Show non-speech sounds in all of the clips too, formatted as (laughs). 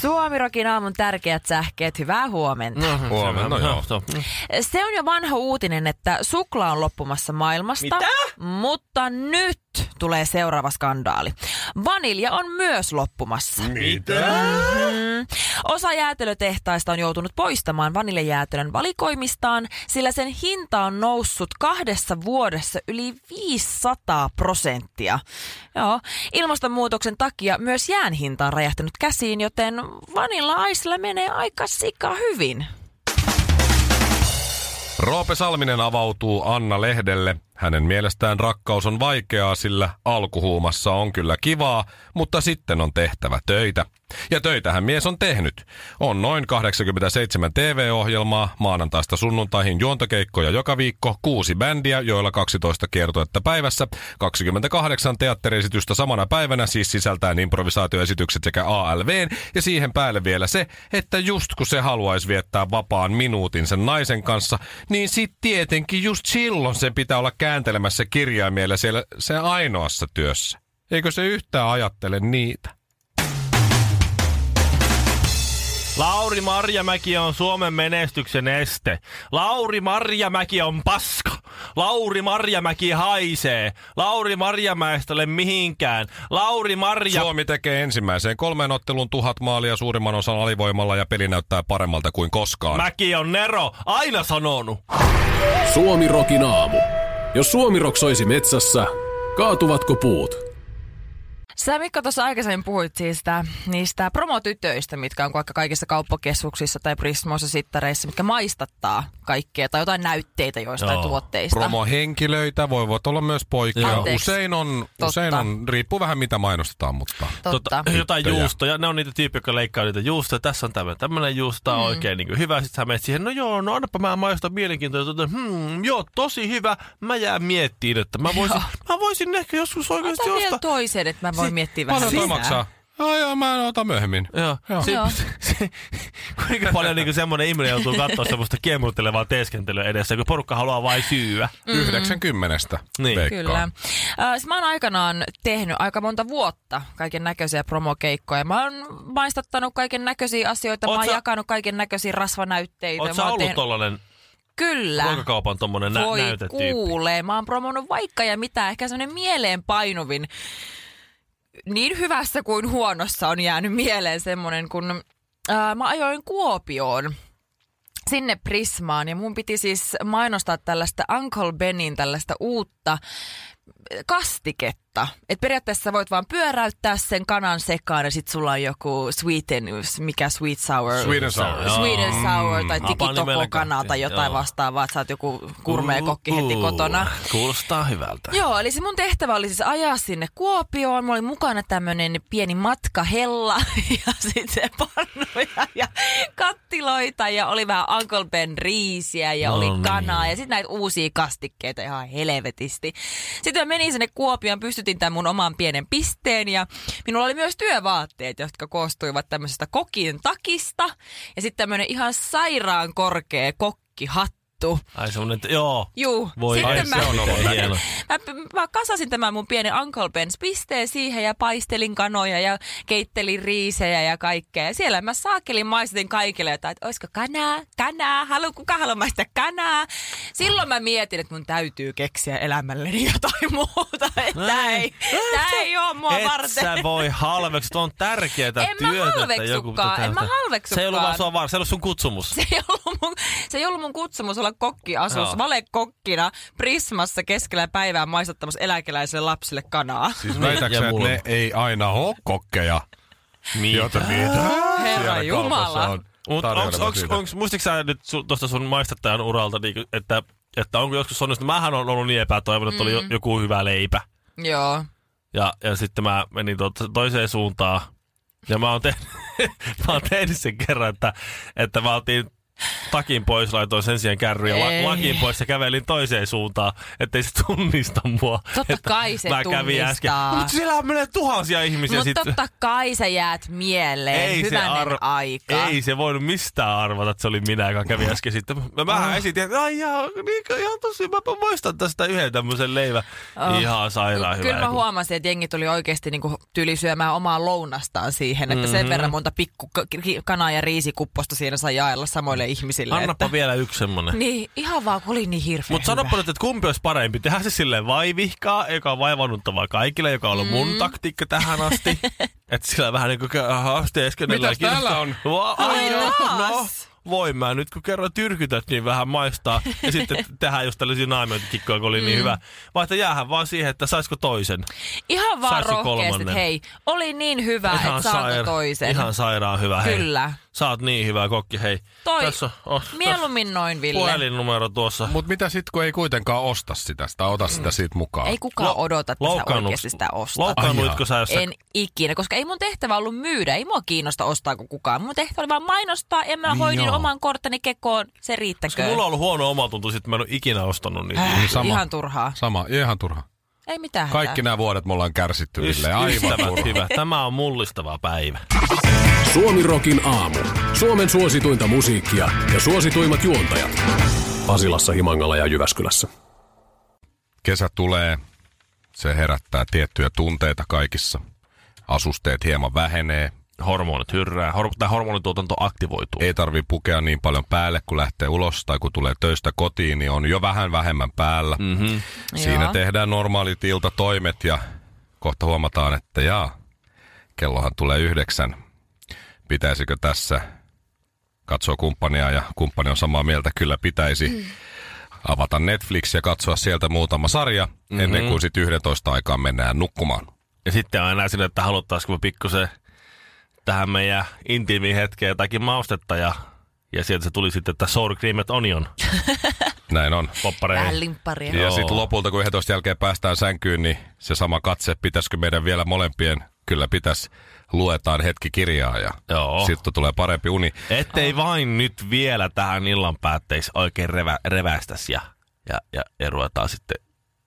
Suomirokin aamun tärkeät sähkeet, hyvää huomenta. No, Huomenna, selvä. joo. to- Se on jo vanha uutinen, että suklaa on loppumassa maailmasta. Mitä? Mutta nyt tulee seuraava skandaali. Vanilja on myös loppumassa. Mitä? Mm. Osa jäätelötehtaista on joutunut poistamaan vaniljajäätelön valikoimistaan, sillä sen hinta on noussut kahdessa vuodessa yli 500 prosenttia. Joo. Ilmastonmuutoksen takia myös jään hinta on räjähtänyt käsiin, joten vanilla Icella menee aika sika hyvin. Roope Salminen avautuu Anna Lehdelle. Hänen mielestään rakkaus on vaikeaa, sillä alkuhuumassa on kyllä kivaa, mutta sitten on tehtävä töitä. Ja töitähän mies on tehnyt. On noin 87 TV-ohjelmaa, maanantaista sunnuntaihin juontokeikkoja joka viikko, kuusi bändiä, joilla 12 kiertuetta päivässä, 28 teatteriesitystä samana päivänä, siis sisältäen improvisaatioesitykset sekä ALVn, ja siihen päälle vielä se, että just kun se haluaisi viettää vapaan minuutin sen naisen kanssa, niin sit tietenkin just silloin sen pitää olla kääntelemässä kirjaimella siellä se ainoassa työssä. Eikö se yhtään ajattele niitä? Lauri Marjamäki on Suomen menestyksen este. Lauri Marjamäki on paska. Lauri Marjamäki haisee. Lauri Marjamäestä ole mihinkään. Lauri Marja... Suomi tekee ensimmäiseen kolmeen otteluun tuhat maalia suurimman osan alivoimalla ja peli näyttää paremmalta kuin koskaan. Mäki on Nero, aina sanonut. Suomi Rokin aamu. Jos Suomi roksoisi metsässä, kaatuvatko puut? Sä Mikko tuossa aikaisemmin puhuit siis tää, niistä promotytöistä, mitkä on vaikka kaikissa kauppakeskuksissa tai prismoissa sittareissa, mitkä maistattaa kaikkea tai jotain näytteitä joistain Joo. tuotteista. Promohenkilöitä voivat olla myös poikia. Anteeksi. Usein on, usein on, riippuu vähän mitä mainostetaan, mutta... Totta. Tota, jotain Tyttöjä. juustoja. Ne on niitä tyyppejä, jotka leikkaa niitä juustoja. Tässä on tämmöinen, tämmöinen juusto, Mm. tää on oikein niin hyvä. Sitten sä menet siihen, no joo, no annapa mä maistan mielenkiintoista. Sitten, Hmm, joo, tosi hyvä. Mä jään miettiin, että (laughs) mä voisin, mä voisin ehkä joskus oikeasti Ota vielä ostaa. toisen, että mä voin Si- miettiä vähän Paljon toi lisää. maksaa? Joo, joo, mä ota myöhemmin. Joo. Joo. Si- Joo. si- si- Kuinka paljon niin semmoinen ihminen joutuu katsoa semmoista kiemurtelevaa teeskentelyä edessä, kun porukka haluaa vain syyä. 90. Mm-hmm. Niin. veikkaan. Kyllä. Äh, siis mä oon aikanaan tehnyt aika monta vuotta kaiken näköisiä promokeikkoja. Mä oon maistattanut kaiken näköisiä asioita, Oot mä oon sä- jakanut kaiken näköisiä rasvanäytteitä. Oletko mä sä oon ollut tehnyt- tollanen Kyllä. ruokakaupan tommonen nä- Voi näytetyyppi? kuulee, mä oon promonut vaikka ja mitä, ehkä semmoinen mieleen painuvin. Niin hyvässä kuin huonossa on jäänyt mieleen semmoinen, kun ää, mä ajoin Kuopioon sinne Prismaan ja mun piti siis mainostaa tällaista Uncle Benin tällaista uutta kastiketta. Et periaatteessa sä voit vaan pyöräyttää sen kanan sekaan ja sit sulla on joku sweeten, mikä sweet sour. Sweet and sour. Joo. Sweet and sour tai Mm. Hapanimellä tikitokokana tai kahvia, jotain joo. vastaavaa, että sä oot joku kurmea kokki heti Uhu, kotona. Kuulostaa hyvältä. Joo, eli se mun tehtävä oli siis ajaa sinne Kuopioon. Mulla oli mukana tämmönen pieni matkahella (laughs) ja sitten pannuja ja kattiloita ja oli vähän Uncle Ben riisiä ja No oli niin. kanaa ja sitten näitä uusia kastikkeita ihan helvetisti. Sitten mä menin sinne Kuopioon, pystytin tämän mun oman pienen pisteen ja minulla oli myös työvaatteet, jotka koostuivat tämmöisestä kokin takista ja sitten tämmönen ihan sairaan korkea kokkihattu. Ai semmonen, että joo. Juu, Voi ai, sitten mä, se on ollut (laughs) hieno. mä, mä kasasin tämän mun pienen Uncle Ben's pisteen siihen ja paistelin kanoja ja keittelin riisejä ja kaikkea. Ja siellä mä saakelin maistutin kaikille jotain, että olisiko kanaa, kanaa, halu, kuka haluaa maistaa kanaa. Silloin mä mietin, että mun täytyy keksiä elämälleni jotain (laughs) muuta, että tää ei, tää ei oo mua Et varten. sä voi halveksi, tuo on tärkeää En mä työtä. että joku halveksukaan, en mä tätä- Se ei ollut halveksukaan. vaan sua var- se ei ollut sun kutsumus. (laughs) Se ei, ollut mun, se ei ollut mun kutsumus olla kokkiasus, Joo. valekokkina, prismassa keskellä päivää maistattamassa eläkeläisille lapsille kanaa. Siis Niin. Ja väitäksä, että mulla. Niin. ne ei aina ole kokkeja, joita mitä Herra siellä kaupassa Jumala. on Mutta tarjolla onks, onks, siitä. onks, muistitko sä nyt su, tuosta sun maistattajan uralta, niinku, että, että onko joskus onnistunut? Mähän on ollut niin epätoivonut, että oli Mm. jo- joku hyvä leipä. Joo. Ja, ja sitten mä menin tuota toiseen (laughs) suuntaan. Ja mä oon tehnyt, mä oon tehnyt sen kerran, että, että mä otin takin pois, laitoin sen sijaan kärryä la- Ei. lakin pois ja kävelin toiseen suuntaan, ettei se tunnista mua. Totta kai se mä kävin äsken. tunnistaa. Mutta siellä menee tuhansia ihmisiä. Mutta sit- totta kai sä jäät mieleen. Ei Hyvänen se aika. Mm. Ei se voinut mistään arvata, että se oli minä, joka kävi äsken sitten. Mä vähän esitin, että ai jaa, niin, ihan tosi, mä muistan tästä yhden tämmöisen leivän. Oh. Ihan sairaan hyvä. Kyllä mä elokuva. huomasin, että jengi tuli oikeasti niinku tyli syömään omaa lounastaan siihen, että Mhm. sen verran monta pikku ka- ki- kanaa ja riisikupposta siinä sai jaella samoille ihmisille. Annapa että... vielä yksi semmonen. Niin, ihan vaan kun oli niin hirveä Mutta sanoppa nyt, että kumpi olisi parempi? Tehdään se silleen vaivihkaa, joka on vaivannuttavaa kaikille, joka on ollut Mm. mun taktiikka tähän (laughs) asti. että sillä vähän niin kuin asteeskenellä. Mitäs täällä on? Ai, no, no, taas? voin mä nyt kun kerran tyrkytät, niin vähän maistaa. (laughs) Ja sitten tehdään just tällaisia naamiointikikkoja, kun oli niin Mm. hyvä. Vai että jäähän vaan siihen, että saisiko toisen. Ihan vaan Saisi rohkeasti, että kolmannen. hei, oli niin hyvä, että saako sair- toisen. Ihan sairaan hyvä. Hei. Kyllä. Sä oot niin hyvä kokki, hei. Toi, Tässä on, oh, Mieluummin noin, tässä Ville. puhelinnumero tuossa. Mutta mitä sit, kun ei kuitenkaan osta sitä, sitä ota Mm. sitä siitä mukaan? Ei kukaan Lo- odota, että sä loukkaannut- oikeasti sitä ostat. Loukkaannuitko sä, jos sä En ikinä, koska ei mun tehtävä ollut myydä. Ei mua kiinnosta ostaako kukaan. Mun tehtävä oli vaan mainostaa ja mä Niin hoidin joo. oman korttani kekoon. Se Koska riittäköön. mulla Niin, on ollut huono omatunto, sit mä en ole ikinä ostanut niitä. Äh, Sama. Ihan turhaa. Sama, ihan turha. Ei mitään. Kaikki nämä vuodet me ollaan kärsitty Yst- Ville, aivan ystävät, turha. hyvä. Tämä on mullistava päivä. Suomirokin aamu. Suomen suosituinta musiikkia ja suosituimmat juontajat. Pasilassa, Himangalla ja Jyväskylässä. Kesä tulee, se herättää tiettyjä tunteita kaikissa. Asusteet hieman vähenee, Hormonit hyrrää, hor- tai hormonituotanto aktivoituu. ei tarvi pukea niin paljon päälle, kun lähtee ulos tai kun tulee töistä kotiin, niin on jo vähän vähemmän päällä. Mm-hmm. Siinä Joo. tehdään normaalit iltatoimet ja kohta huomataan, että jaa, kellohan tulee yhdeksän. Pitäisikö tässä katsoa kumppania ja kumppani on samaa mieltä, kyllä pitäisi avata Netflix ja katsoa sieltä muutama sarja mm-hmm. ennen kuin sitten 11 aikaan mennään nukkumaan. Ja sitten aina sinne, että haluttaisiko me pikkusen tähän meidän intiimiin hetkeen jotakin maustetta ja, ja sieltä se tuli sitten, että sour cream and onion Näin on. poppareihin. Lempparia. Ja Joo. sitten lopulta, kun 11 jälkeen päästään sänkyyn, niin se sama katse, pitäisikö meidän vielä molempien, kyllä pitäisi, luetaan hetki kirjaa ja Joo. sitten tulee parempi uni. Ettei vain nyt vielä tähän illan päätteeksi oikein revä, revästäs ja, ja, ja, ja ruvetaan sitten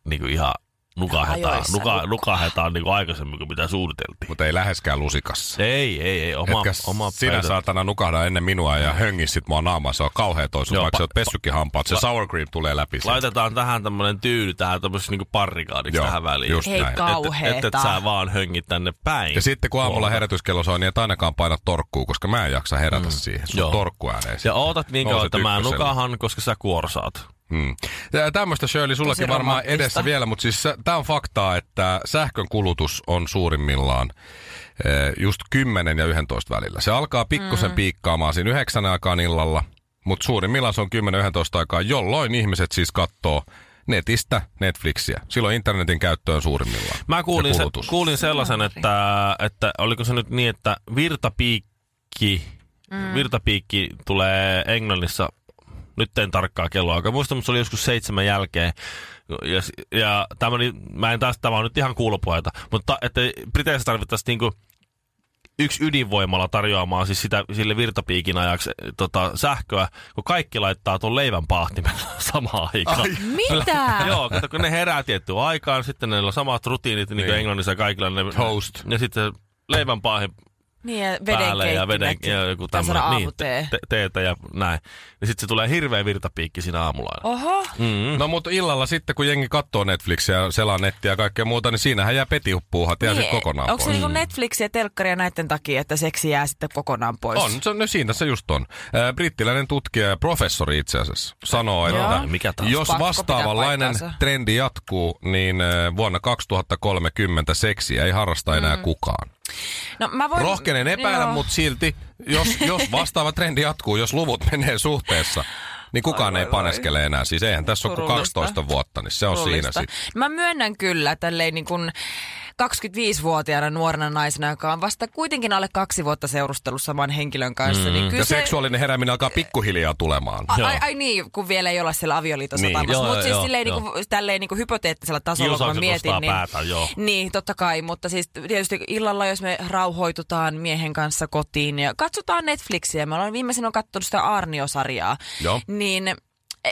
niinku ihan nukahetaan, Ajoissa nuka, nukkua. nukahetaan niinku aikaisemmin kuin mitä suunniteltiin. Mutta ei läheskään lusikassa. Ei, ei, ei. Oma, Etkä oma sinä pöytä. saatana nukahda ennen minua ja höngis sit mua naamaan. Se on kauhea toisuus, Joo, vaikka pa- sä oot pessykin hampaat. Se sour cream tulee läpi. sieltä. Laitetaan tähän tämmönen tyyli, tähän tämmöisessä niinku parrikaadiksi Joo, tähän väliin. just Hei näin. kauheeta. Että et, et sä vaan höngit tänne päin. Ja sitten kun aamulla Huomenna. herätyskello soi, niin et ainakaan paina torkkuu, koska mä en jaksa herätä mm. siihen. Sun Joo. torkkuääneen. Ja ootat niin kauan, Nouset että mä ykkösellä. nukahan, koska sä kuorsaat. Mm. Ja Tämmöistä Shirley sullakin Tosi varmaan romanttista. edessä vielä, mutta siis tämä on faktaa, että sähkön kulutus on suurimmillaan eh, just 10 ja 11 välillä. Se alkaa pikkusen mm. piikkaamaan siinä 9 aikaan illalla, mutta suurimmillaan se on 10-11 aikaa, jolloin ihmiset siis katsoo netistä Netflixiä. Silloin internetin käyttö on suurimmillaan. Mä kuulin, Ja se, kulutus. kuulin sellaisen, että, että oliko se nyt niin, että virtapiikki, mm. virtapiikki tulee Englannissa, nyt en tarkkaa kelloa, aika muista, mutta se oli joskus seitsemän jälkeen. Ja, s- ja tämä oli, mä en taas, tämä on nyt ihan kuulopuheita, mutta että Briteissä tarvittaisiin niinku yksi ydinvoimalla tarjoamaan siis sitä, sille virtapiikin ajaksi eh, tota, sähköä, kun kaikki laittaa tuon leivän paahtimen (laughs) samaan aikaan. Mitä? (laughs) Joo, kato, kun ne herää tiettyyn aikaan, sitten ne on samat rutiinit, niin, kuin Niin. Englannissa kaikilla. Ne, Toast. Ja sitten leivän paahin niin, ja päälle ja veden vedenkeittimet. ja joku Tai saada tämmöinen. Niin, aamutee. te- teetä ja näin. Ja sitten se tulee hirveä virtapiikki siinä aamulla. aina. Oho, Mm. No mutta illalla sitten, kun jengi katsoo Netflixiä, ja selaa nettiä ja kaikkea muuta, niin siinähän jää petiuppuuhat ja niin, kokonaan onko se pois. niinku Mm. Netflix ja telkkari ja näiden takia, että seksi jää sitten kokonaan pois? On, se, on- no siinä se just on. Äh, Brittiläinen tutkija ja professori itse asiassa sanoo, että Joo. Mikä taas? jos Pakko vastaavanlainen pitää paikkaansa. trendi jatkuu, niin äh, vuonna 2030 seksiä ei harrasta enää mm. kukaan. No, mä voin... Rohkenen epäillä, Joo. mutta silti, jos, jos vastaava trendi jatkuu, jos luvut menee suhteessa, niin kukaan ei paneskele enää. Siis eihän tässä ole kuin Surullista. 12 vuotta, niin se on surullista. siinä sitten. Mä myönnän kyllä tälleen niin kun, 25-vuotiaana nuorena naisena, joka on vasta kuitenkin alle kaksi vuotta seurustellut saman henkilön kanssa. Mm. Niin kyllä Ja se- seksuaalinen herääminen alkaa pikkuhiljaa tulemaan. A- Joo. Ai, ai niin, kun vielä ei olla siellä avioliitossa Niin, niin, joo, Mutta siis joo, silleen joo. niin kuin, tälleen niin kuin hypoteettisella tasolla, kun mä Kiusaukset mietin. nostaa Niin, päätä, joo. niin, totta kai, mutta siis tietysti illalla, jos me rauhoitutaan miehen kanssa kotiin ja katsotaan Netflixiä. Mä olen viimeisenä katsonut sitä Arnio-sarjaa. Joo. Niin eh,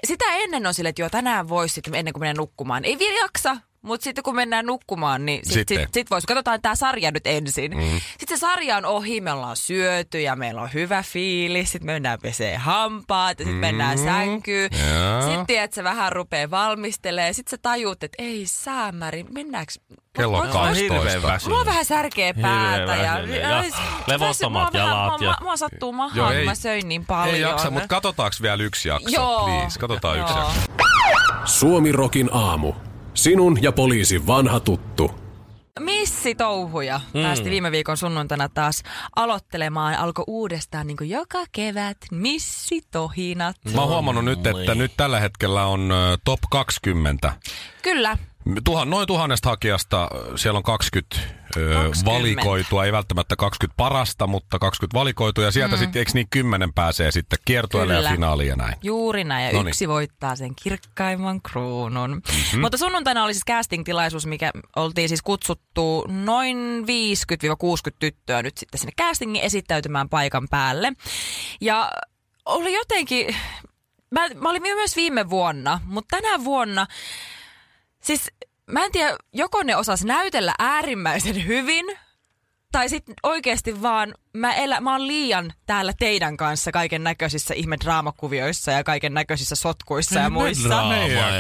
sitä ennen on silleen, että joo, tänään voisi sitten ennen kuin menen nukkumaan. Ei vielä jaksa, mutta sitten kun mennään nukkumaan, niin sit, Sitten. sitten. Sit, sit voisi. Katsotaan tämä sarja nyt ensin. Mm. Sitten se sarja on ohi, me ollaan syöty ja meillä on hyvä fiilis. Sitten mennään pesee hampaat ja sitten mm. mennään sänkyyn. Jaa. Sitten tiedät, sä vähän rupeaa valmistelee. Sitten sä tajuut, että ei säämäri, mennäänkö? Kello Voiko- kaksi. on hirveän 12. väsynyt. Mulla on vähän särkeä päätä ja, siis- väsynyt ja levottomat Mua vähän- jalat Mua, ja- mua, mua sattuu mahaan, kun mä söin niin paljon. Ei jaksa, mutta katsotaanko vielä yksi jakso? Joo. Please, katsotaan yksi Joo. jakso. Suomirokin aamu. Sinun ja poliisin vanha tuttu. Missi Touhuja mm. päästi viime viikon sunnuntaina taas aloittelemaan. Alkoi uudestaan niin kuin joka kevät Missi Tohinat. Mä oon huomannut nyt, Niin. että nyt tällä hetkellä on ö, top 20. Kyllä, Tuhan, noin tuhannesta hakijasta ö, siellä on 20, ö, 20. valikoitua, ei välttämättä 20 parasta, mutta 20 valikoitua. Ja sieltä mm. sitten, eikö niin kymmenen pääsee sitten kiertueelle ja Kyllä. finaaliin ja näin. Juuri näin, ja Noniin. Noniin. yksi voittaa sen kirkkaimman kruunun. Mm-hmm. Mutta sunnuntaina oli siis casting-tilaisuus, mikä oltiin siis kutsuttu noin 50-60 tyttöä nyt sitten sinne castingin esittäytymään paikan päälle. Ja oli jotenkin, mä, mä olin myös viime vuonna, mutta tänä vuonna Siis mä en tiedä, joko ne osas näytellä äärimmäisen hyvin, tai sitten oikeasti vaan mä, elä, mä oon liian täällä teidän kanssa kaiken näköisissä ihme draamakuvioissa ja kaiken näköisissä sotkuissa ja muissa.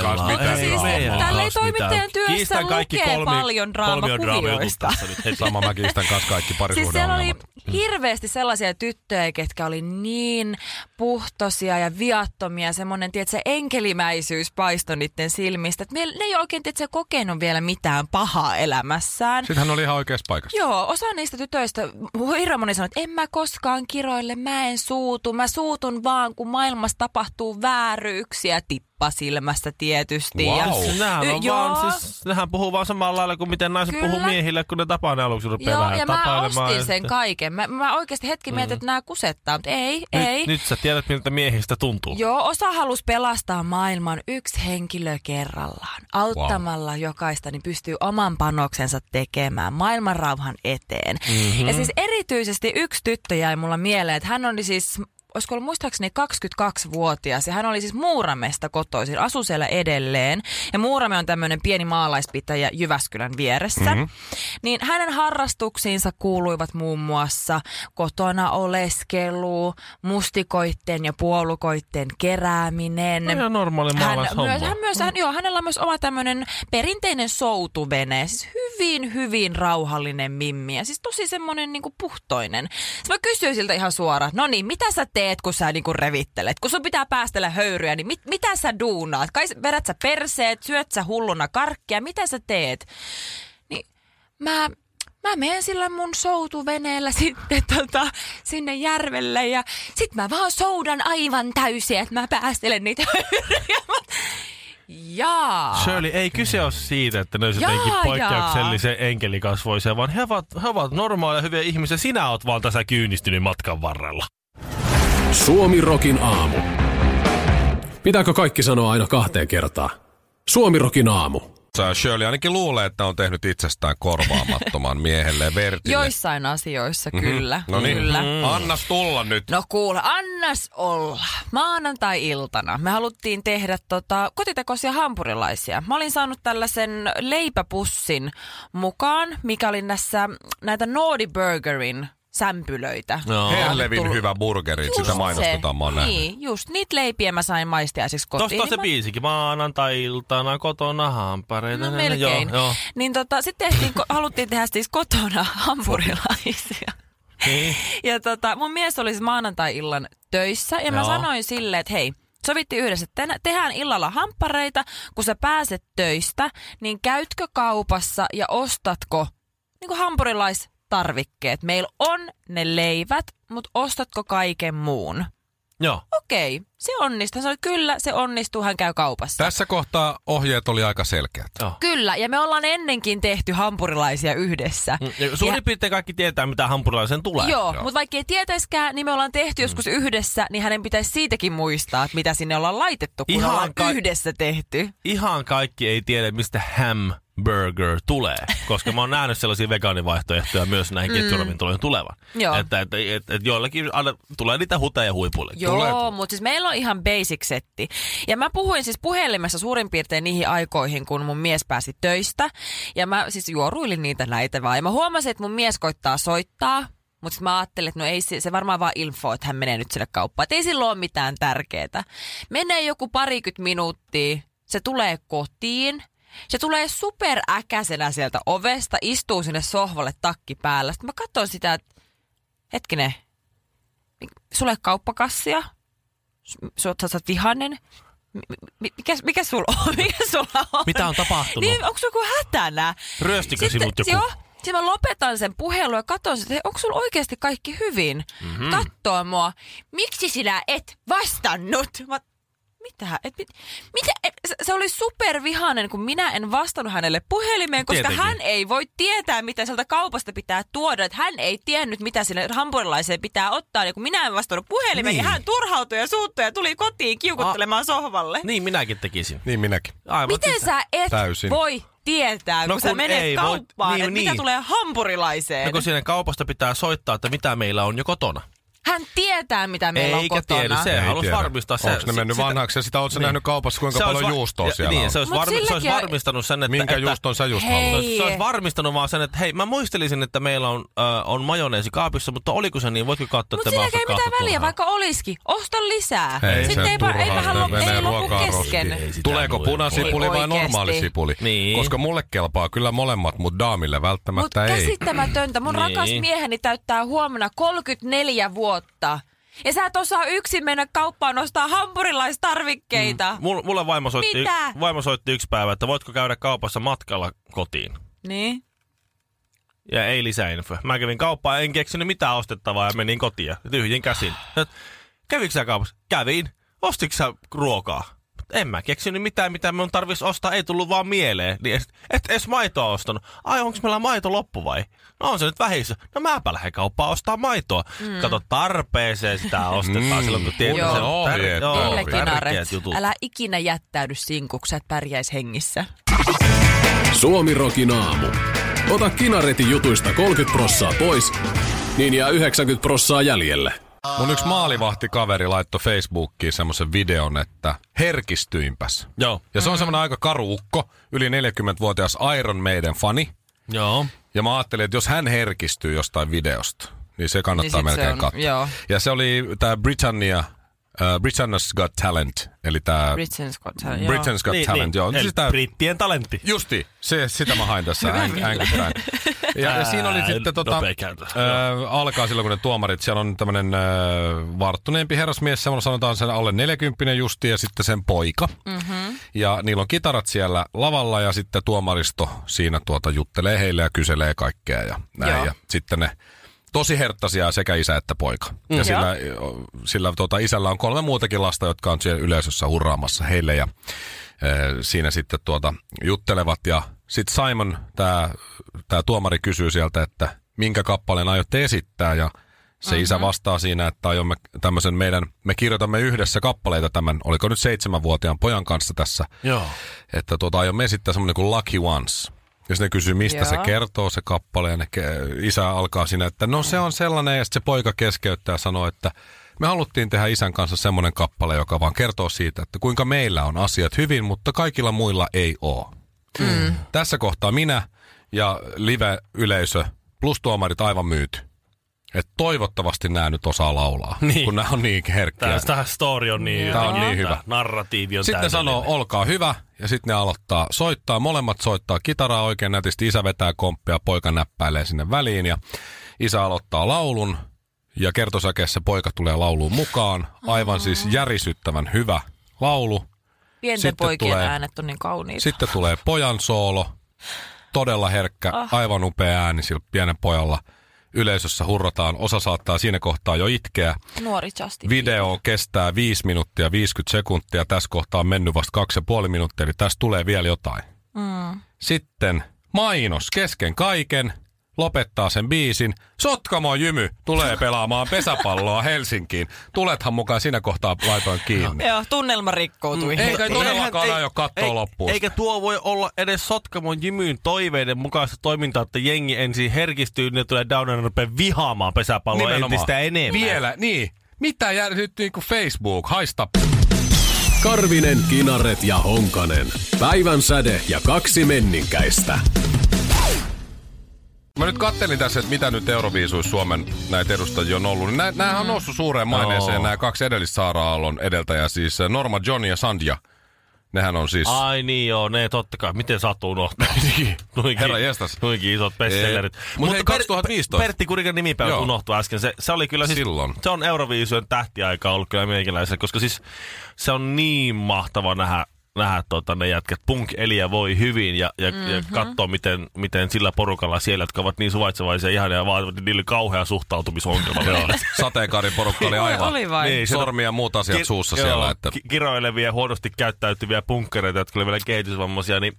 Mutta mitään siis draamaa. tällä ei toimittajan työssä Kiistän kaikki lukee kolmi- paljon kolmion draamajutut draamakuvioista. tässä nyt heti. Sama mäkin istän kanssa kaikki Siis parisuuden siellä oli hirveästi sellaisia tyttöjä, ketkä oli niin puhtosia ja viattomia, semmoinen tiedätkö, enkelimäisyys paistoi niiden silmistä. Että ne ei oikein tiedätkö, kokenut vielä mitään pahaa elämässään. Sitten hän oli ihan oikeassa paikassa. Joo, osa niistä tytöistä, hirveän moni sanoi, että en mä koskaan kiroille, mä en suutu. Mä suutun vaan, kun maailmassa tapahtuu vääryyksiä, tippasilmästä tietysti. Wow. Ja, Siis Nehän, on Y- vaan, siis, nehän puhuu vaan samalla lailla kuin miten naiset Kyllä. puhuu miehille, kun ne tapaa ne aluksi rupeaa Joo, vähän ja mä tapailemaan ostin ja sen sitten- kaiken. Mä, mä oikeasti hetki mietin, että nämä kusettaa, mutta ei, ei. Nyt, nyt sä tiedät, miltä miehistä tuntuu. Joo, osa halusi pelastaa maailman yksi henkilö kerrallaan. Auttamalla wow. jokaista niin pystyy oman panoksensa tekemään maailman rauhan eteen. Mhm. Mm-hmm. Ja siis erityisesti yksi tyttö jäi mulla mieleen, että hän oli siis olisiko ollut muistaakseni 22-vuotias ja hän oli siis Muuramesta kotoisin, asui siellä edelleen. Ja Muurame on tämmöinen pieni maalaispitäjä Jyväskylän vieressä. Mhm. Mm-hmm. Niin hänen harrastuksiinsa kuuluivat muun muassa kotona oleskelu, mustikoitten ja puolukoitten kerääminen. No ihan normaali Hän maalaishomma. myös, hän myös, hän, joo, hänellä on myös oma tämmöinen perinteinen soutuvene, siis hyvin, hyvin rauhallinen mimmi ja siis tosi semmoinen niinku puhtoinen. Sitten mä kysyin siltä ihan suoraan, että no niin, mitä sä teet, kun sä niinku revittelet? Kun sun pitää päästellä höyryä, niin mit, mitä sä duunaat? Kai sä- vedät sä perseet, syöt sä hulluna karkkia, mitä sä teet? Niin mä, mä menen sillä mun soutuveneellä (laughs) sitten tota, sinne järvelle ja sit mä vaan soudan aivan täysin, että mä päästelen niitä (laughs) höyryjä. Mä- Jaa. Shirley, ei kyse ole siitä, että ne olisivat Jaa, jotenkin jaa. poikkeuksellisen enkelikasvoisia, vaan he ovat, he ovat normaaleja hyviä ihmisiä. Sinä oot vaan tässä kyynistynyt matkan varrella. Suomirokin aamu. Pitääkö kaikki sanoa aina kahteen kertaan? Suomirokin aamu. Sä Shirley ainakin luulee, että on tehnyt itsestään korvaamattoman miehelle Vertille. Joissain asioissa kyllä. No niin, kyllä. annas tulla nyt. No kuule, annas olla. Maanantai-iltana me haluttiin tehdä tota, kotitekoisia hampurilaisia. Mä olin saanut tällaisen leipäpussin mukaan, mikä oli näissä näitä Naughty Burgerin sämpylöitä. No. Herlevin Tullut- hyvä burgeri, sitä mainostetaan, mä oon nähnyt. Niin, just niitä leipiä mä sain maistiaiseksi kotiin. Tosta on se niin mä- biisikin. Maanantai-iltana kotona hampareita. No Nä, nä, melkein. Joo, joo. Niin tota, sitten tehtiin, ko- haluttiin tehdä siis kotona hampurilaisia. Niin. Ja tota, mun mies oli siis maanantai-illan töissä ja mä Joo. sanoin silleen, että hei, sovittiin yhdessä, että tänä- tehdään illalla hamppareita, kun sä pääset töistä, niin käytkö kaupassa ja ostatko niin kuin hampurilaistarvikkeet? Meillä on ne leivät, mutta ostatko kaiken muun? Joo. Okei, okay, se onnistuu. Hän sanoi, kyllä, se onnistuu, hän käy kaupassa. Tässä kohtaa ohjeet oli aika selkeät. Joo. Kyllä, ja me ollaan ennenkin tehty hampurilaisia yhdessä. Mm, ja Suurin Ja- piirtein kaikki tietää, mitä hampurilaisen tulee. Joo, mutta vaikka ei tietäiskään, niin me ollaan Mm. tehty joskus yhdessä, niin hänen pitäisi siitäkin muistaa, että mitä sinne ollaan laitettu, kun Ihan ollaan kai- yhdessä tehty. Ihan kaikki ei tiedä, mistä hamburger tulee, (laughs) koska mä oon nähnyt sellaisia vegaanivaihtoehtoja myös näihin ketjuravintoloihin tulevan. Mm. Joo. Että, että, että, että joillekin aina tulee niitä huteja huipulle. Joo, mutta siis meillä on ihan basic setti. Ja mä puhuin siis puhelimessa suurin piirtein niihin aikoihin, kun mun mies pääsi töistä. Ja mä siis juoruilin niitä näitä vaan. Ja mä huomasin, että mun mies koittaa soittaa. Mutta sitten mä ajattelin, että no ei se, se varmaan vaan info, että hän menee nyt sinne kauppaan. Et ei sillä ole mitään tärkeää. Menee joku parikymmentä minuuttia, se tulee kotiin. Se tulee superäkäisenä sieltä ovesta, istuu sinne sohvalle takki päällä. Sitten mä katson sitä, että hetkinen, sulle kauppakassia, sä oot, sä oot vihanen. Mikä, mikä sulla on? (laughs) Mikä sulla on? Mitä on tapahtunut? Niin, onko sulla joku hätänä? Ryöstikö sinut joku? Joo. Sitten mä lopetan sen puhelun ja katson, että hei, onko sulla oikeasti kaikki hyvin? Mm-hmm. Kattoo mua. Miksi sinä et vastannut? Mä, mitä? Et, mit, mitä? Et, se- se oli supervihainen, kun minä en vastannut hänelle puhelimeen, koska Tietenkin. hän ei voi tietää, mitä sieltä kaupasta pitää tuoda. Että hän ei tiennyt, mitä sille hampurilaiseen pitää ottaa. Ja kun minä en vastannut puhelimeen, niin. Niin. niin hän turhautui ja suuttui ja tuli kotiin kiukuttelemaan sohvalle. Niin minäkin tekisin. Niin minäkin. Aivan Miten sitä. sä et Täysin. voi tietää, No kun, sä kun ei menet voi- kauppaan, niin, niin, että niin. mitä tulee hampurilaiseen? No kun siinä kaupasta pitää soittaa, että mitä meillä on jo kotona. Hän tietää, mitä meillä Eikä on kotona. tiedä, se Ei halus tiedä. varmistaa se. Onks ne mennyt sitä- Niin. vanhaksi ja sitä oot sä nähnyt kaupassa, kuinka Se paljon olisi va- juustoa ja- siellä niin, on. Se olisi, Mut varmi, se olisi silläkin- varmistanut sen, että... Minkä että, No, juuston sä just Hei. haluat? Se olisi varmistanut vaan sen, että hei, mä muistelisin, että meillä on, äh, on majoneesi kaapissa, mutta oliko se niin? Voitko katsoa, Mutta että mä silläkään ei ostan mitään kahta väliä, turhaa? vaikka olisikin. Osta lisää. Ei Sitten sen ei, vaan- turhaa, ei vähän ne lopu, menee ei lopu ruokaa kesken. roskiin. Ei sitä Tuleeko voi- punasipuli voi. vai Oikeesti. normaali sipuli? Niin. Koska mulle kelpaa kyllä molemmat, mutta daamille Mutta välttämättä ei. käsittämätöntä. Mun Niin. rakas mieheni täyttää huomenna 34 vuotta. Ja sä et osaa yksin mennä kauppaan ostaa hampurilaistarvikkeita. Mm. Mulla, mulla vaimo, soitti, Mitä? vaimo soitti yksi päivä, että voitko käydä kaupassa matkalla kotiin. Niin. Ja ei lisäinfoja. Mä kävin kauppaan, en keksinyt mitään ostettavaa ja menin kotiin ja tyhjin käsin. Et, Kävitkö sä kaupassa? Kävin. Ostitko sä ruokaa? Mut En mä keksinyt mitään, mitä mun tarvis ostaa. Ei tullut vaan mieleen. Niin et, et edes maitoa ostanut. Ai, onko meillä maito loppu vai? No on se nyt vähissä. No mäpä lähden kauppaan ostaa maitoa. Mm. Kato, tarpeeseen sitä ostetaan Mm. silloin, kun tietää. Joo. se on tär- Ohjeet, joo, ohjeet. Ville Tärkeät Kinaret, tärkeät jutut. älä ikinä jättäydy sinkuksi, sä et pärjäis hengissä. Suomi Rokin aamu. Ota kinaretin jutuista 30 prossaa pois, niin jää 90 prossaa jäljelle. Mun yksi maalivahtikaveri laittoi Facebookiin semmoisen videon, että herkistyimpäs. Joo. Mhm. Ja se on semmoinen aika karuukko, yli 40-vuotias Iron Maiden fani. Joo. Ja mä ajattelin, että jos hän herkistyy jostain videosta, niin se kannattaa Niin sit niin se melkein on, katsoa. joo. Ja se oli tämä Britannia, uh, Britannia's Got Talent, eli tämä Britain's Got Talent, joo. Britain's Got Talent, joo. Niin, Eli Siis tää- Brittien talentti. Justi, se, sitä mä hain tässä än- änkyttäin. Ja, ja siinä oli Ää, sitten tota, nopea kääntö. ö, alkaa silloin, kun ne tuomarit, siellä on tämmöinen varttuneempi herrasmies, semmoinen sanotaan sen alle 40 justi ja sitten sen poika. Mm-hmm. Ja niillä on kitarat siellä lavalla ja sitten tuomaristo siinä tuota juttelee heille ja kyselee kaikkea ja näin. Joo. Ja sitten ne tosi herttaisia sekä isä että poika. Ja sillä, sillä tuota, isällä on kolme muutakin lasta, jotka on siellä yleisössä hurraamassa heille ja ö, siinä sitten tuota, juttelevat. Ja sitten Simon, tämä tää tuomari kysyy sieltä, että minkä kappaleen aiotte esittää ja se mm-hmm. isä vastaa siinä, että aiomme tämmöisen meidän, me kirjoitamme yhdessä kappaleita tämän, oliko nyt seitsemänvuotiaan pojan kanssa tässä Joo. että tuota, aiomme esittää semmoinen kuin Lucky Ones. Ja sitten ne kysyy, mistä Joo. se kertoo se kappale, ja ne ke- isä alkaa siinä, että no se on sellainen, ja sitten se poika keskeyttää ja sanoo, että me haluttiin tehdä isän kanssa semmoinen kappale, joka vaan kertoo siitä, että kuinka meillä on asiat hyvin, mutta kaikilla muilla ei ole. Mm. Tässä kohtaa minä ja live-yleisö plus tuomarit aivan myyty. Et toivottavasti nämä nyt osaa laulaa, Niin. niin. kun nämä on niin herkkiä. Tää, tää story on niin, Tää on jotenkin- niin hyvä. Narratiivi on Sitten ne täydellinen. sanoo, olkaa hyvä, ja sitten ne aloittaa soittaa. Molemmat soittaa kitaraa oikein nätisti. Isä vetää komppia, poika näppäilee sinne väliin, ja isä aloittaa laulun. Ja kertosäkeessä poika tulee lauluun mukaan. Aivan siis järisyttävän hyvä laulu. Pienten Sitten poikien tulee- äänet on niin kauniita. Sitten tulee pojan soolo. Todella herkkä, aivan upea ääni sillä pienen pojalla. yleisössä hurrataan, osa saattaa siinä kohtaa jo itkeä. Nuori Justin Video kestää 5 minuuttia 50 sekuntia, tässä kohtaa on mennyt vasta 2,5 minuuttia, eli tässä tulee vielä jotain. Mm. Sitten mainos kesken kaiken, lopettaa sen biisin. Sotkamo Jymy tulee pelaamaan pesäpalloa Helsinkiin. Tulethan mukaan siinä kohtaa laitoin kiinni. Joo, tunnelma rikkoutui. Ei kai todellakaan Eihän- aio ei- kattoa ei- loppuun. Eikä tuo voi olla edes Sotkamon Jimyn toiveiden mukaista toimintaa, että jengi ensin herkistyy, niin ne tulee downen ja rupeaa vihaamaan pesäpalloa Nimenomaan. entistä enemmän. Vielä, niin. Mitä jär, nyt niinku Facebook, haista p- Karvinen, Kinaret ja Honkanen. Päivän säde ja kaksi menninkäistä. Mä nyt kattelin tässä, että mitä nyt Euroviisuissa Suomen näitä edustajia on ollut. Niin nä, näähän on noussut suureen maineeseen, Mm. Joo. nämä kaksi edellistä Saara Aallon edeltäjää, siis eh, Norma John ja Sandja. Nehän on siis... Ai niin joo, ne totta kai. Miten sattuu unohtaa? (laughs) Nuinkin- Herra jestas. Nuinkin isot bestsellerit. Ei. Mut hei, Per- 2015. Pertti Kurikan nimipäivä Joo. unohtui äsken. Se, se oli kyllä siis, Silloin. Se on Euroviisujen tähtiaika ollut kyllä meikäläisellä, koska siis se on niin mahtava nähdä nähdä tuota, ne jätkät. Punk Elia voi hyvin ja, ja, mm-hmm. Mhm. ja katsoa, miten, miten sillä porukalla siellä, jotka ovat niin suvaitsevaisia ja ihania, vaan niin niillä oli kauhea suhtautumisongelma. vielä. Sateenkaariporukka oli aivan. Oli vai? Niin, se- Sormi ja muut asiat Ki- suussa joo, siellä. Että... ki- Kiroilevia, huonosti käyttäytyviä punkkereita, jotka oli vielä kehitysvammaisia, niin,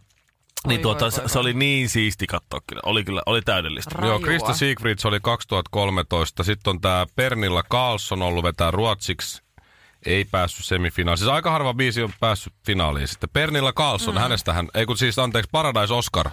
niin Oi, tuota, voi, se, voi, se oli niin siisti katsoa kyllä. Oli kyllä, oli täydellistä. Ra- Joo, rajua. Krista Siegfrieds oli 2013. Sitten on tämä Pernilla Carlson ollut vetää ruotsiksi. Ei päässyt semifinaaliin. Siis aika harva biisi on päässyt finaaliin sitten. Pernilla Carlson, mm. hänestähän, ei kun siis anteeksi, Paradise Oscar.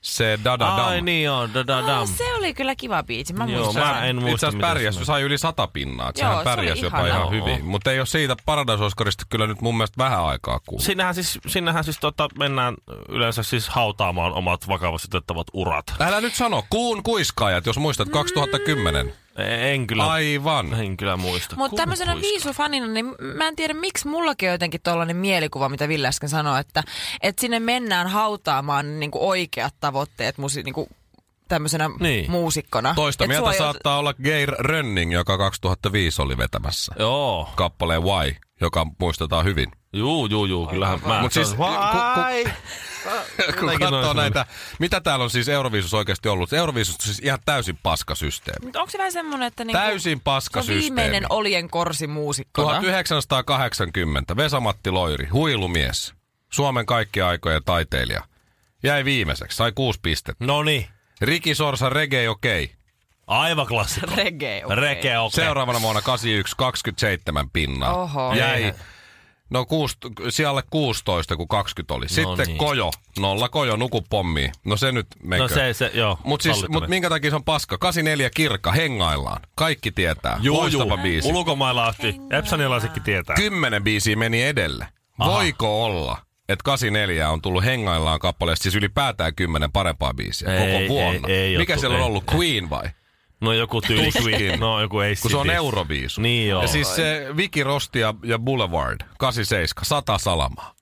Se Dada Ai Dam. niin joo, da da Ah, dam. se oli kyllä kiva biisi, mä Joo, muistan mä sen. en Itse muista asiassa mitä pärjäs, se sai yli sata pinnaa. että Joo, Sehän se oli pärjäs jopa ihana. ihan Joo. hyvin. Mutta ei ole siitä Paradise Oscarista kyllä nyt mun mielestä vähän aikaa on. kuullut. Sinnehän siis, sinnehän siis tota, mennään yleensä siis hautaamaan omat vakavasti otettavat urat. Älä nyt sano, kuun kuiskaajat, jos muistat 2010. E- En kyllä, Aivan. en kyllä muista. Mutta tämmöisenä Kumpuista. viisufanina, niin mä en tiedä, miksi mullakin on jotenkin tollainen mielikuva, mitä Ville äsken sanoi, että, että sinne mennään hautaamaan niin kuin oikeat tavoitteet musi, niin kuin tämmöisenä Niin. niin. muusikkona. Toista Et mieltä sua ei ota- saattaa olla Geir Rönning, joka 2005 oli vetämässä. Joo, kappaleen Why, joka muistetaan hyvin. juu, juu, juu, kyllähän mä. Mut siis- Why? Kun Jotenkin katsoo noin näitä, mitä täällä on siis Euroviisus oikeasti ollut. Euroviisus on siis ihan täysin paskasysteemi. Mutta onko se vähän semmoinen, että niinku, Täysin se on paskasysteemi. viimeinen oljen korsi muusikkona? 1980, Vesamatti Loiri, huilumies, Suomen kaikki aikojen taiteilija, jäi viimeiseksi, sai kuusi pistettä. No niin, Riki Sorsa, Reggae okei. Okay. aivan klassikko. Reggae, okei. Rege, okei. Seuraavana vuonna 81, 27 pinnaa. Oho. Jäi Eihän. no kuust, sijalle 16, kun 20 oli. Sitten niin. Kojo, nolla Kojo, nuku pommiin. No se nyt menkö. No se, se, joo. Mut, siis, sallittavissa. mut minkä takia se on paska? 84 kirkka, hengaillaan. Kaikki tietää. Juu, juu. Loistava biisi. Ulkomailla asti. Epsanilaisetkin tietää. Kymmenen biisiä meni edelle. Aha. Voiko olla, että 84 on tullut hengaillaan kappaleesta, siis ylipäätään kymmenen parempaa biisiä Ei, koko ei, vuonna? ei, ei oo Mikä tu- siellä on ei, ollut? Queen vai? No joku tyyli. Tuskin. No joku ei Kun se on euroviisu. Niin joo. Ja siis se Viki Rosti ja, ja Boulevard, 87, 100 salamaa.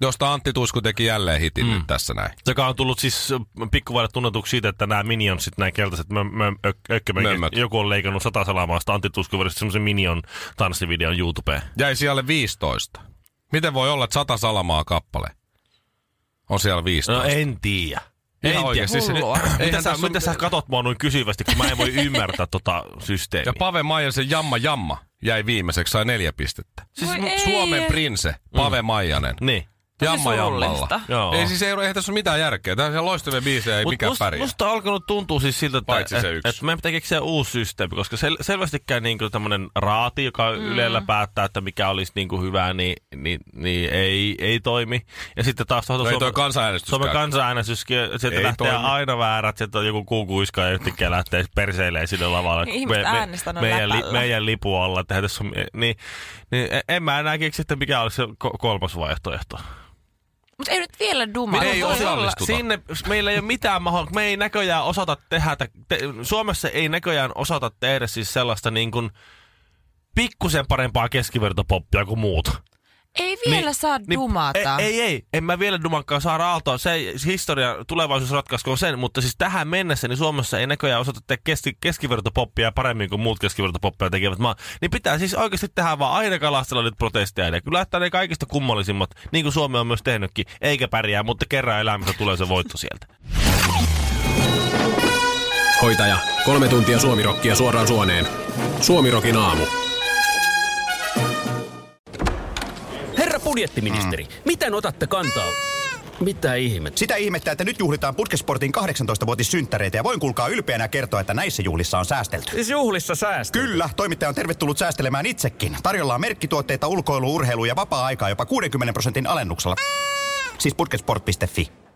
Josta Antti Tuisku teki jälleen hitin mm. nyt tässä näin. joka on tullut siis pikkuvaille tunnetuksi siitä, että nämä minionsit, nämä keltaiset mö, mö, ö, ökkömökit, Mömmöt. joku on leikannut sata salamaasta Antti Tuskuverista semmoisen minion tanssivideon YouTubeen. Jäi siellä 15. Miten voi olla, että 100 salamaa kappale on siellä 15? No en tiedä. Ihan en oikein, siis- Hullua. eihän mitä, sä, tässä on- mitä sä katot mua noin kysyvästi, kun mä en (laughs) voi ymmärtää tota systeemiä. Ja Pave Maijasen Jamma Jamma jäi viimeiseksi, sai neljä pistettä. Voi mu- ei. No Suomen prinse, Pave Maijanen. niin. Jamma Jammalla. surullista. Joo. Ei siis ei, eihän tässä ole mitään järkeä. Tämä on ihan loistavia biisejä, ei mikään musta, pärjää. musta on alkanut tuntua siis siltä, että Paitsi et, se yksi. et meidän pitää keksiä uusi systeemi, koska sel, selvästikään niin tämmöinen raati, joka mm. ylellä päättää, että mikä olisi niin kuin hyvää, niin, niin, niin ei, ei toimi. Ja sitten taas tuohon No ei toi kansanäänestys Suomen kansanäänestyskin, sieltä Ei ei lähtee toimi. toimi. aina väärät, sieltä on joku kuukuiska ja yhtäkkiä lähtee perseilee sinne lavalle. Niin ihmiset äänestänyt meidän, läpällä. meidän lipu alla, että eihän tässä on, niin, niin en- en mä enää keksi, että mikä olisi se ko- kolmas vaihtoehto. Mutta ei nyt vielä dumaa. Ei Voi osallistu. olla- Tuta. Sinne meillä ei ole mitään mahdollista. Me ei näköjään osata tehdä, tä- te, Suomessa ei näköjään osata tehdä siis sellaista niin kuin pikkusen parempaa keskivertopoppia kuin muut. Ei vielä Niin, saa dumata. Niin, Ei, ei, ei, en mä vielä dumankaan saa raaltoa. Se ei- se historia, tulevaisuus ratkaiskoon sen, mutta siis tähän mennessä niin Suomessa ei näköjään osata tehdä keski, keskivertopoppia paremmin kuin muut keskivertopoppia tekevät maa. Niin pitää siis oikeasti tehdä vaan aina kalastella nyt protesteja. Ja kyllä että ne kaikista kummallisimmat, niin kuin Suomi on myös tehnytkin, eikä pärjää, mutta kerran elämässä tulee se voitto sieltä. Hoitaja, Kolme tuntia suomirokkia suoraan suoneen. Suomirokin aamu. Herra budjettiministeri, mm. miten otatte kantaa? Mitä ihmettä? Sitä ihmettä, että nyt juhlitaan Putkesportin 18-vuotissynttäreitä ja voin kuulkaa ylpeänä kertoa, että näissä juhlissa on säästelty. Siis juhlissa säästö. Kyllä, toimittaja on tervetullut säästelemään itsekin. Tarjolla on merkkituotteita, ulkoilu, urheilu ja vapaa-aikaa jopa 60 prosentin alennuksella. Siis putkeспорт.fi.